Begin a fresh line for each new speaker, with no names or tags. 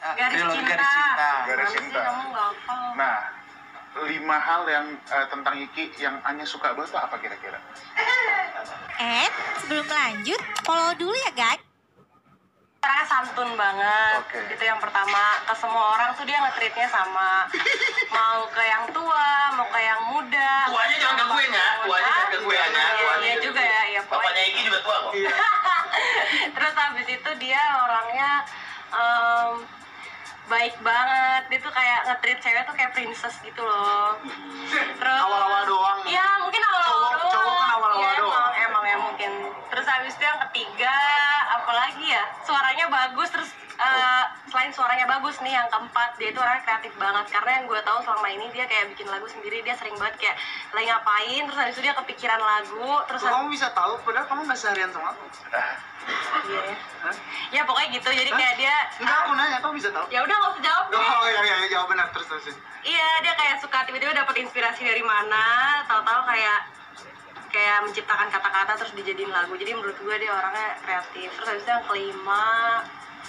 garis
Belok
cinta.
garis cinta.
Garis
Mana sih
cinta.
Kamu gampang.
Nah, lima hal yang eh, tentang Iki yang Anya suka banget tuh apa kira-kira?
Eh, sebelum lanjut, follow dulu ya guys.
Orangnya santun banget.
Oke.
Itu yang pertama. Ke semua orang tuh dia nge-treatnya sama. mau ke yang tua, mau ke yang muda.
Tuanya jangan gangguin ya. Tuanya jangan gangguin ya.
Iya,
Tuanya
Iya
jangan
juga ya.
gangguin.
Iya, pokoknya.
Bapaknya Iki juga tua kok.
Terus habis itu dia orangnya em, baik banget. Dia tuh kayak nge-treat cewek tuh kayak princess gitu loh. Terus
Awal-awal doang. ya?
Iya, mungkin awal-awal
Cowok-
doang.
cowok kan awal-awal
Iya,
doang.
Emang, emang ya mungkin. Terus habis itu yang ketiga apalagi ya? Suaranya bagus terus
Oh.
eh, selain suaranya bagus nih yang keempat dia itu orangnya kreatif banget karena yang gue tahu selama ini dia kayak bikin lagu sendiri dia sering banget kayak lagi ngapain terus habis itu dia kepikiran lagu terus
Kok kamu bisa tahu padahal kamu gak seharian sama aku
Iya, ya.
Hah?
ya pokoknya gitu jadi kayak dia
enggak aku nanya kamu bisa tahu
ya udah nggak usah jawab deh.
oh iya iya iya, jawab benar terus terusin
Iya, dia kayak suka tiba-tiba dapat inspirasi dari mana, tahu-tahu kayak kayak menciptakan kata-kata terus dijadiin lagu. Jadi menurut gue dia orangnya kreatif. Terus habis itu yang kelima,